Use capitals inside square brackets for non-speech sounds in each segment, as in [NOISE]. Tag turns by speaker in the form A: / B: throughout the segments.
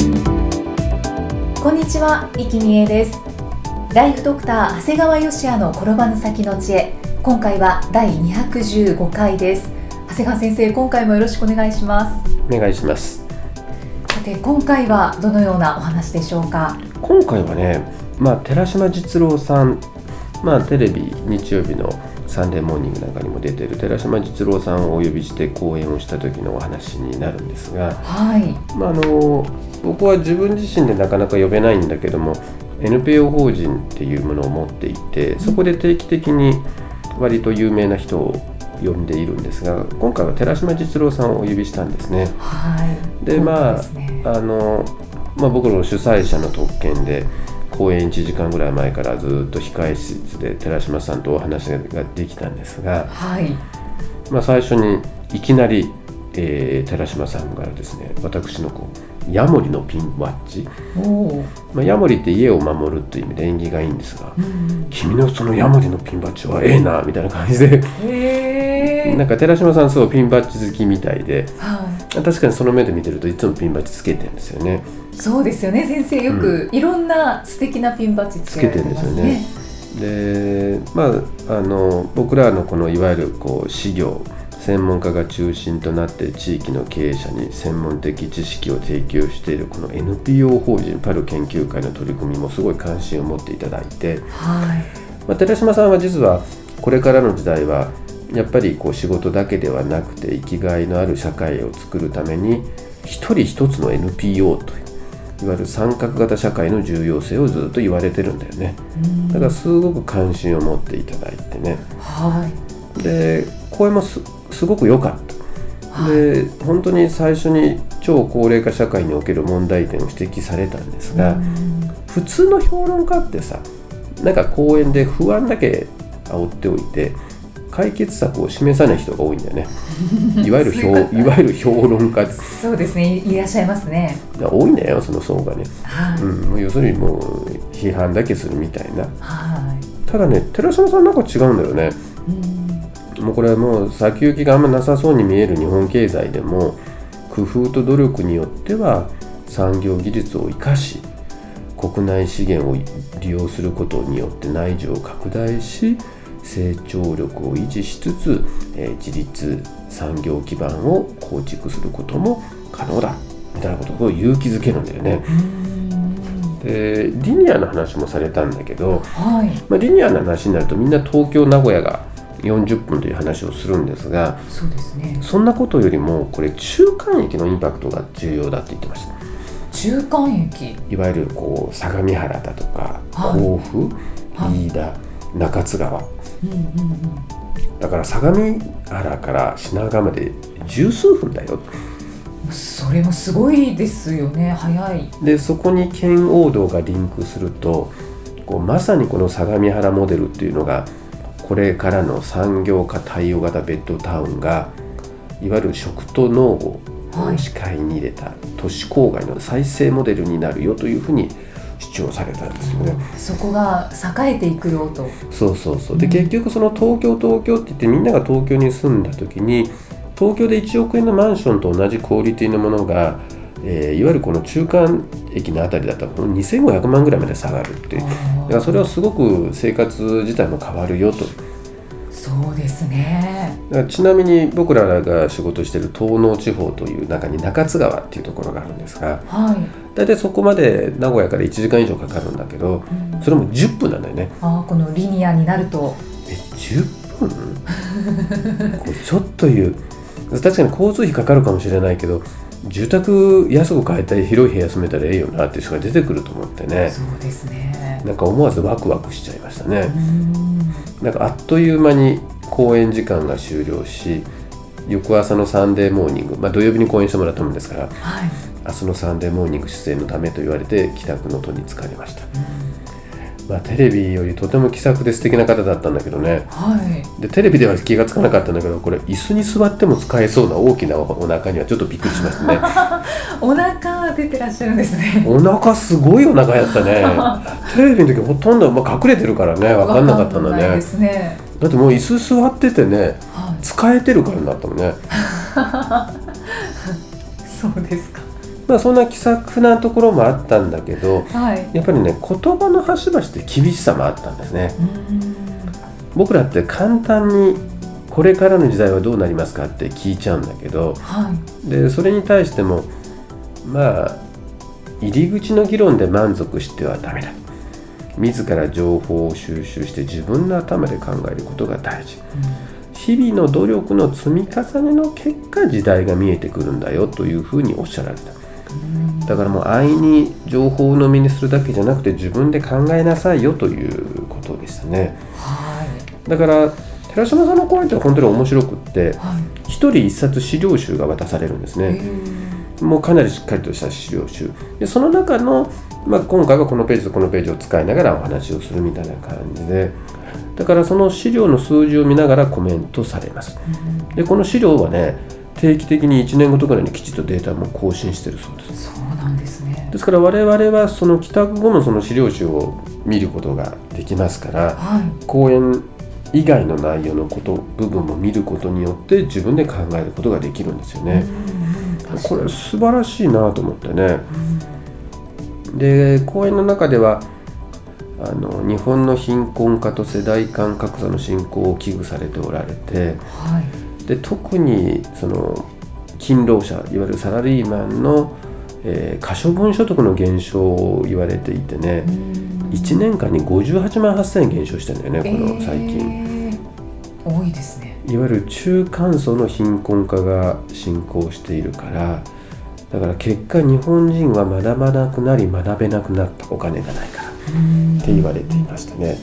A: こんにちは、生きみえです。ライフドクター長谷川義也の転ばぬ先の知恵。今回は第215回です。長谷川先生、今回もよろしくお願いします。
B: お願いします
A: さて、今回はどのようなお話でしょうか。
B: 今回はね、まあ、寺島実郎さん、まあ、テレビ日曜日の「サンデーモーニング」なんかにも出てる寺島実郎さんをお呼びして講演をした時のお話になるんですが、
A: はい。
B: まあ、あの僕は自分自身でなかなか呼べないんだけども NPO 法人っていうものを持っていてそこで定期的に割と有名な人を呼んでいるんですが今回は寺島実郎さんをお呼びしたんですね。
A: はい。
B: でまあ
A: そうですね
B: あの、まあ、僕の主催者の特権で公演1時間ぐらい前からずっと控え室で寺島さんとお話ができたんですが、
A: はい。
B: まあ、最初にいきなり、えー寺島さんからですね私のこうヤモリのピンバッジ、
A: おお。
B: まあ、ヤモリって家を守るという意味で縁起がいいんですが
A: うん。
B: 君のそのヤモリのピンバッジはええなみたいな感じ
A: [LAUGHS]
B: で
A: へ
B: な
A: え。
B: んか寺島さんすごいピンバッジ好きみたいで
A: は
B: 確かにその目で見てるといつもピンバッジつけてるんですよね。
A: い。そうですよね、先生、よくいろんな素敵なピンバッジつけられてますね。
B: でまああの僕らのこのいわゆるこう事業専門家が中心となって地域の経営者に専門的知識を提供しているこの NPO 法人パル研究会の取り組みもすごい関心を持っていただいて、
A: はい。
B: まあ、寺島さんは実はこれからの時代はやっぱりこう仕事だけではなくて生きがいのある社会を作るために一人一つの NPO といういわゆる参画型社会の重要性をずっと言われてるんだよね。
A: うん
B: だからすごく関心を持っていただいてね
A: はい。
B: で公演もすすごく良かったで本当に最初に超高齢化社会における問題点を指摘されたんですが、普通の評論家ってさなんか講演で不安だけ煽っておいて解決策を示さない人が多いんだ
A: [LAUGHS]
B: よねいわゆる評
A: そういうこと
B: いわゆる評論家
A: そうですね、いいらっしゃいますね。
B: が多いんだよその層がね、
A: はい。
B: うん、もう要するにもう批判だけするみたいな
A: は
B: ただね寺島さんなんか違うんだよね
A: い。うん。
B: もうこれはもう先行きがあんまなさそうに見える日本経済でも工夫と努力によっては産業技術を生かし国内資源を利用することによって内需を拡大し成長力を維持しつつ、えー自立産業基盤を構築することも可能だみたいなことを勇気づけるんだよね。でリニアの話もされたんだけど、
A: はい。
B: まあ、リニアな話になるとみんな東京名古屋が40分という話をするんですが
A: そうですね。
B: そんなことよりもこれ中間駅のインパクトが重要だって言ってました
A: 中間駅。
B: いわゆるこう相模原だとか
A: はい
B: 甲府
A: はい
B: 飯田中津川
A: うんうんうん。
B: だから相模原から品川まで十数分だよ
A: それもすごいですよね。早い。
B: でそこに圏央道がリンクするとこうまさにこの相模原モデルっていうのがこれからの産業化対応型ベッドタウンがいわゆる食と農業
A: は
B: を
A: い
B: 視界に入れた都市郊外の再生モデルになるよというふうに主張されたんですよね。
A: そこが栄えていくよと。
B: そうそうそうで結局その東京東京って言ってみんなが東京に住んだ時に東京で1億円のマンションと同じクオリティのものが、えーいわゆるこの中間駅のあたりだったらこの2500万ぐらいまで下がるっていうだからそれはすごく生活自体も変わるよと
A: そうですね。
B: だからちなみに僕らが仕事してる東農地方という中に中津川っていうところがあるんですが
A: はい。
B: 大体そこまで名古屋から1時間以上かかるんだけど
A: うん
B: それも10分なんだよね
A: ああ、このリニアになると。
B: え10分これちょっと言う確かに交通費かかるかもしれないけど住宅安く買えたり広い部屋住めたらええよなっていう人が出てくると思ってね
A: そうですね。
B: なんか思わずワクワクしちゃいました
A: う
B: ね
A: ん。
B: なんかあっという間に公演時間が終了し翌朝のサンデーモーニング、まあ、土曜日に公演してもらったもんですから
A: はい
B: 明日のサンデーモーニング出演のためと言われて帰宅の途に疲れました、まあ、テレビよりとても気さくで素敵な方だったんだけどね
A: はい
B: でテレビでは気がつかなかったんだけどこれ椅子に座っても使えそうな大きなお腹にはちょっとびっくりしましたね
A: [LAUGHS] お腹は出てらっしゃるんですね
B: お腹すごいお腹やった
A: [LAUGHS]
B: ねテレビの時ほとんど、まあ、隠れてるからね分かんなかったんだ
A: わかないで
B: ね
A: すね
B: だってもう椅子座っててね
A: は
B: 使えてるからになったもんね
A: いそうですか
B: まあそんな気さくなところもあったんだけど
A: はい
B: やっぱりね言葉の端々って厳しさもあったんですね
A: うーん
B: 僕らって簡単にこれからの時代はどうなりますかって聞いちゃうんだけど
A: はい
B: でそれに対してもまあ入り口の議論で満足してはダメだ自ら情報を収集して自分の頭で考えることが大事日々の努力の積み重ねの結果時代が見えてくるんだよというふうにおっしゃられただからもう安易に情報を飲みにするだけじゃなくて自分で考えなさいよということでしたね
A: はい
B: だから寺島さんの講演って本当に面白くって
A: はい
B: 一人一冊資料集が渡されるんですねもうかなりしっかりとした資料集でその中の、まあ、今回はこのページとこのページを使いながらお話をするみたいな感じでだからその資料の数字を見ながらコメントされますでこの資料はね定期的に1年ごとぐらいにきちっとデータも更新してるそうです
A: そうなんですね
B: ですから我々はその帰宅後のその資料集を見ることができますから
A: はい
B: 講演以外の内容のこと部分も見ることによって自分で考えることができるんですよね、
A: うんうん確かに
B: これ素晴らしいなと思ってね
A: うん
B: で講演の中ではあの日本の貧困化と世代間格差の進行を危惧されておられて
A: はい
B: で特にその勤労者いわゆるサラリーマンの、えー可処分所得の減少を言われていてね
A: うん
B: 1年間に58万8000円減少してんだよねこの最
A: え
B: 近、
A: ー多いですね
B: いわゆる中間層の貧困化が進行しているからだから結果日本人は学ばなくなり学べなくなったお金がないからって言われていましたね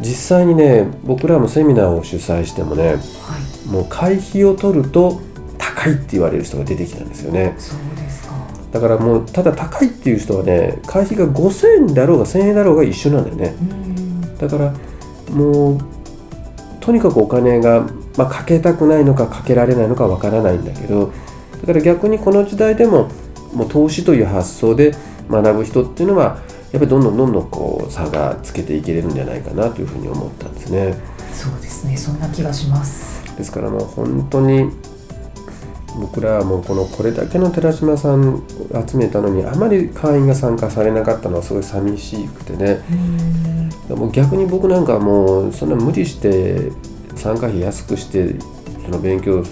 B: 実際にね僕らもセミナーを主催してもね
A: はい
B: もう会費を取ると高いって言われる人が出てきたんですよね
A: そうですか
B: だからもうただ高いっていう人はね会費が5000円だろうが1000円だろうが一緒なんだよね
A: うん
B: だからもうとにかくお金が、まあ、かけたくないのかかけられないのかわからないんだけどだから逆にこの時代でももう投資という発想で学ぶ人っていうのはやっぱりどんどんどんどんこう差がつけていけれるんじゃないかなというふうに思ったんですね
A: そうですねそんな気がします
B: ですからもう本当に僕らはもうこのこれだけの寺島さん集めたのにあまり会員が参加されなかったのはすごい寂しくてね
A: うん
B: もう逆に僕なんかはもうそんな無理して参加費安くしてその勉強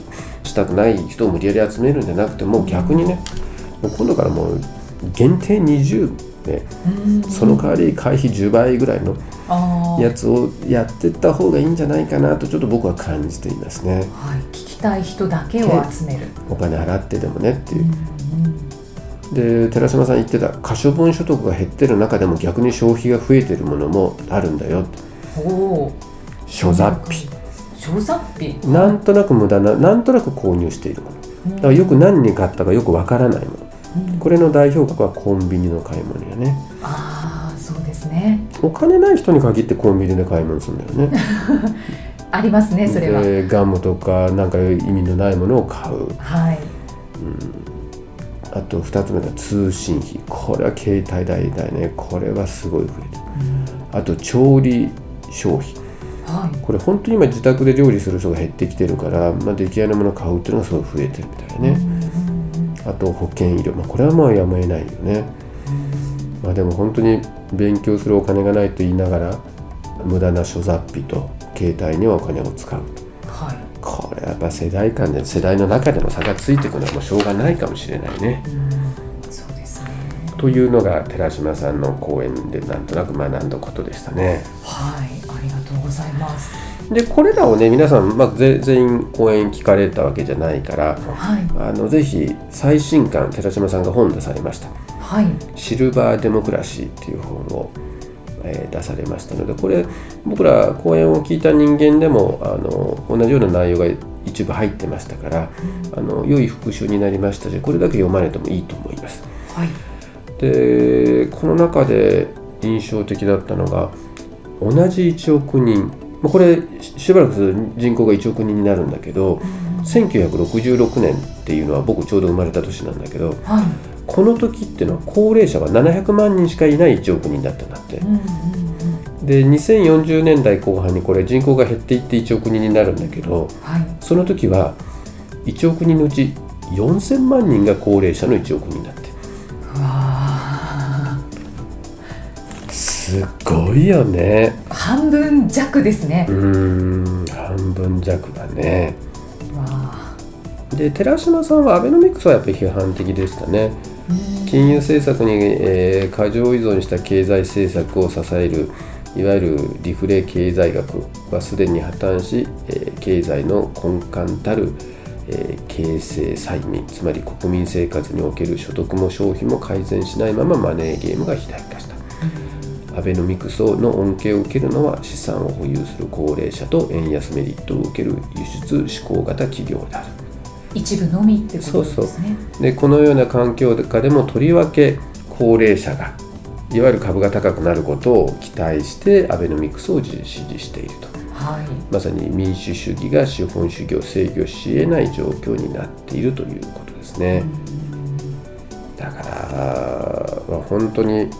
B: したくない人を無理やり集めるんじゃなくてもう逆にねもう今度からもう限定20で
A: うん
B: その代わり会費10倍ぐらいの
A: あー
B: やつをやってった方がいいんじゃないかなとちょっと僕は感じていますね
A: はい聞きたい人だけを集める
B: お金払ってでもねっていううん
A: うん
B: で寺島さん言ってた可処分所得が減ってる中でも逆に消費が増えてるものもあるんだよ
A: おお
B: 所雑費
A: 小雑費
B: なんとなく無駄ななんとなく購入しているものだからよく何に買ったかよくわからないものこれの代表格はコンビニの買い物やね
A: ああそうですね
B: お金ない人に限ってコンビニで買い物するんだよね
A: あります [LAUGHS] ねそれは
B: でガムとかなんか意味のないものを買う
A: はい
B: あと2つ目が通信費これは携帯代だよねこれはすごい増えてるあと調理消費
A: はい
B: これ本当に今自宅で料理する人が減ってきてるから、まあ、出来合いのものを買うっていうのがすごい増えてるみたいね、あと保険医療、まあ、これはまあやむを得ないよね、まあ、でも本当に勉強するお金がないと言いながら無駄な諸雑費と携帯にはお金を使う
A: はい
B: これはやっぱ世代間で世代の中での差がついていくのはもうしょうがないかもしれないね
A: そうですね。
B: というのが寺島さんの講演でなんとなく学んだことでしたね
A: はい、ありがとうございます。
B: でこれらをね皆さん、まあ、ぜ全員講演聞かれたわけじゃないから
A: はい、
B: あのぜひ最新刊寺島さんが本出されました
A: はい、
B: 「シルバー・デモクラシー」っていう本をえー出されましたのでこれ僕ら講演を聞いた人間でもあの同じような内容が一部入ってましたからあの良い復習になりましたしこれだけ読まれてもいいと思います。
A: はい
B: でこの中で印象的だったのが同じ1億人まあこれししばらくすると人口が1億人になるんだけど1966年っていうのは僕ちょうど生まれた年なんだけど
A: はい
B: この時っていうのは高齢者が700万人しかいない1億人だったんだって
A: うんうんうん
B: で2040年代後半にこれ人口が減っていって1億人になるんだけど
A: はい
B: その時は1億人のうち4000万人が高齢者の1億人だって
A: うわ
B: すごいよね
A: ー半分弱ですね
B: う、ーん半分弱だね
A: わ
B: で寺島さんはアベノミクスはやっぱり批判的でしたね
A: ー
B: 金融政策に、えー過剰依存した経済政策を支えるいわゆるリフレ経済学はすでに破綻し、えー経済の根幹たる、えー形成債務つまり国民生活における所得も消費も改善しないままマネーゲームが肥大化したアベノミクスの恩恵を受けるのは資産を保有する高齢者と円安メリットを受ける輸出志向型企業である
A: 一部のみってことですね
B: でこのような環境下でもとりわけ高齢者がいわゆる株が高くなることを期待してアベノミクスを支持していると
A: はい
B: まさに民主主義が資本主義を制御し得ない状況になっているということですねだから、まあ本当に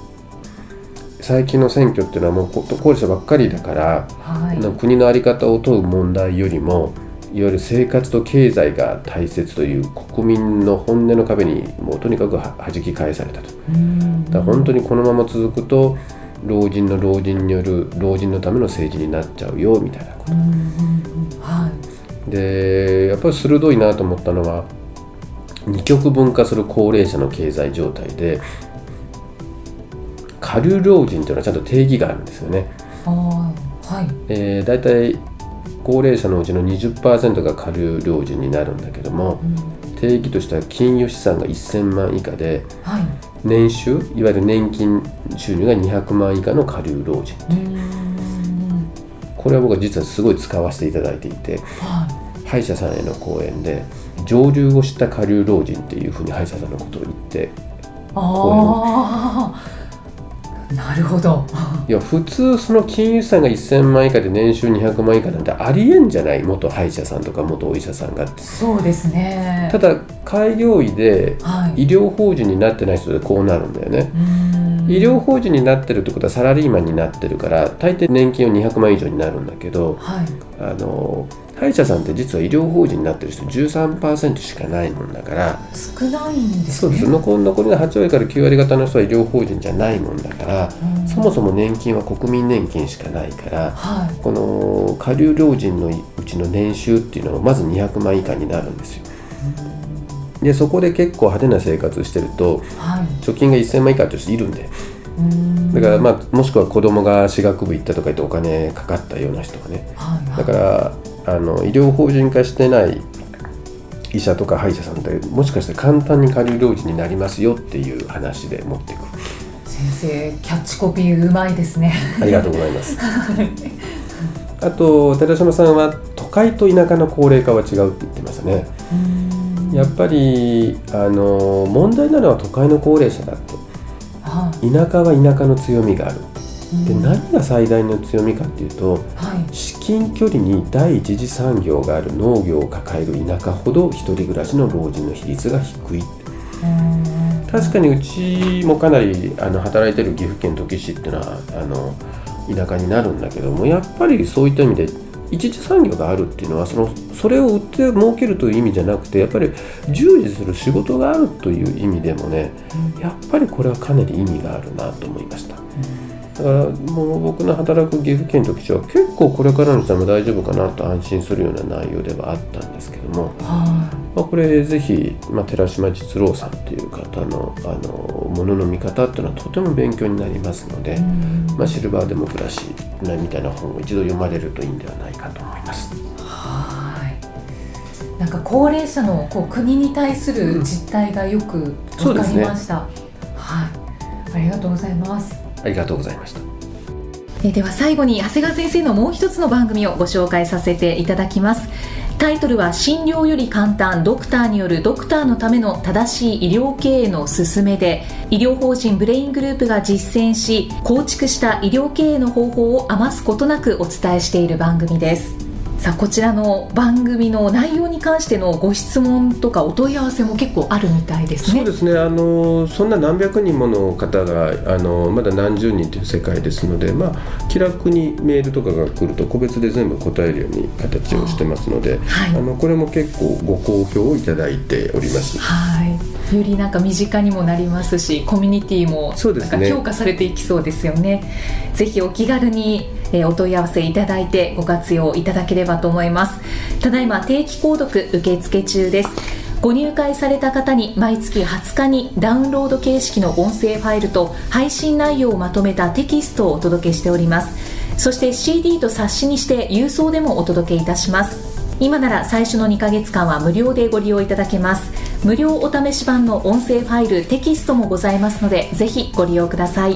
B: 最近の選挙っていうのはもうこ高齢者ばっかりだから
A: はい
B: の国の在り方を問う問題よりもいわゆる生活と経済が大切という国民の本音の壁にもうとにかくは弾き返されたと
A: うん
B: だから本当にこのまま続くと老人の老人による老人のための政治になっちゃうよみたいなこ
A: うんうんうんはい
B: とでやっぱり鋭いなと思ったのは二極分化する高齢者の経済状態で下流老人というのはちゃんと定義があるんですよね
A: あーはい
B: えー、大体高齢者のうちの20%が下流老人になるんだけども
A: うん
B: 定義としては金融資産が1000万以下で
A: はい
B: 年収いわゆる年金収入が200万以下の下流老人
A: うん
B: これは僕は実はすごい使わせていただいていて
A: は
B: 歯医者さんへの講演で上流を知った下流老人っていうふうに歯医者さんのことを言って
A: いああなるほど
B: いや普通その金融資産が1000万以下で年収200万以下なんてありえんじゃない元歯医者さんとか元お医者さんが
A: そうですね
B: ただ開業医で
A: はい
B: 医療法人になってない人でこうなるんだよね
A: うん
B: 医療法人になってるってことはサラリーマンになってるから大抵年金を200万以上になるんだけど
A: はい
B: あの歯医者さんって実は医療法人になってる人13%しかないもんだから
A: 少ないんです
B: そう
A: ね
B: です残り残りの8割から9割方の人は医療法人じゃないもんだから
A: うん
B: そもそも年金は国民年金しかないから
A: はい
B: この下流老人のうちの年収っていうのはまず200万以下になるんですよでそこで結構派手な生活してると
A: はい
B: 貯金が1000万以下としているんで
A: うん
B: だからまあもしくは子供が私学部行ったとか言ってお金かかったような人はね
A: はいはい
B: だからあの医療法人化してない医者とか歯医者さんってもしかして簡単に下流老人になりますよっていう話で持っていく
A: 先生キャッチコピーうまいですね
B: ありがとうございますあと寺島さんは都会と田舎の高齢化は違うって言ってましたね
A: うん
B: やっぱりあの問題なのは都会の高齢者だって
A: は
B: 田舎は田舎の強みがある
A: い
B: で
A: うん
B: 何が最大の強みかっていうと
A: はい
B: 至近距離に第一次産業がある農業を抱える田舎ほど一人暮らしの老人の比率が低い
A: うん
B: 確かにうちもかなりあの働いてる岐阜県土岐市っていうのはあの田舎になるんだけどもやっぱりそういった意味で一次産業があるっていうのはそのそれを売って儲けるという意味じゃなくてやっぱり従事する仕事があるという意味でもねやっぱりこれはかなり意味があるなと思いました。だからもう僕の働く岐阜県と基地は結構これからの時代も大丈夫かなと安心するような内容ではあったんですけども、
A: は
B: まあ、これぜひ、まあ、寺島実郎さんっていう方のあのものの見方っていうのはとても勉強になりますので、
A: いうん
B: まあ、シルバーデモクラシーみたいな本を一度読まれるといいんではないかと思います。
A: はい。なんか高齢者のこう国に対する実態がよく
B: そ
A: わ
B: うで
A: か
B: す
A: り
B: ね
A: ました。はい。ありがとうございます。
B: ありがとうございました。
A: えーでは最後に長谷川先生のもう一つの番組をご紹介させていただきますタイトルは診療より簡単ドクターによるドクターのための正しい医療経営の勧めで医療法人ブレイングループが実践し構築した医療経営の方法を余すことなくお伝えしている番組ですさあこちらの番組の内容に関してのご質問とかお問い合わせも結構あるみたいです
B: そ
A: ね
B: うですねあのそんな何百人もの方があのまだ何十人という世界ですので、まあ、気楽にメールとかが来ると個別で全部答えるように形をしてますので、
A: はい
B: あのこれも結構ご好評をいただいております。
A: はい、よりなんか身近にもなりますし、コミュニティも
B: そうで
A: なん
B: すね
A: か強化されていきそうですよね。ぜひお気軽に、えーお問い合わせいただいてご活用いただければと思います。ただいま定期購読受付中です。ご入会された方に毎月20日にダウンロード形式の音声ファイルと配信内容をまとめたテキストをお届けしております。そして CD と冊子にして郵送でもお届けいたします。今なら最初の2ヶ月間は無料でご利用いただけます無料お試し版の音声ファイルテキストもございますのでぜひご利用ください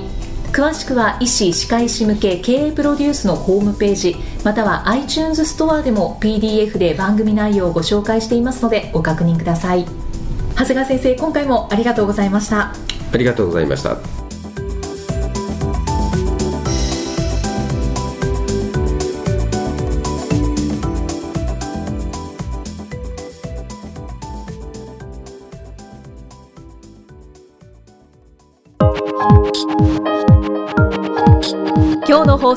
A: 詳しくは医師・歯科医師向け経営プロデュースのホームページまたは iTunes ストアでも PDF で番組内容をご紹介していますのでご確認ください長谷川先生今回もありがとうございました
B: ありがとうございました。
A: 今日の放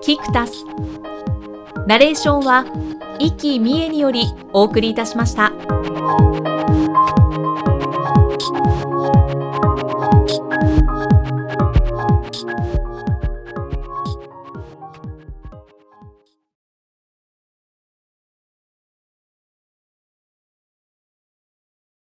A: キクタスナレーションは生きみえによりお送りいたしました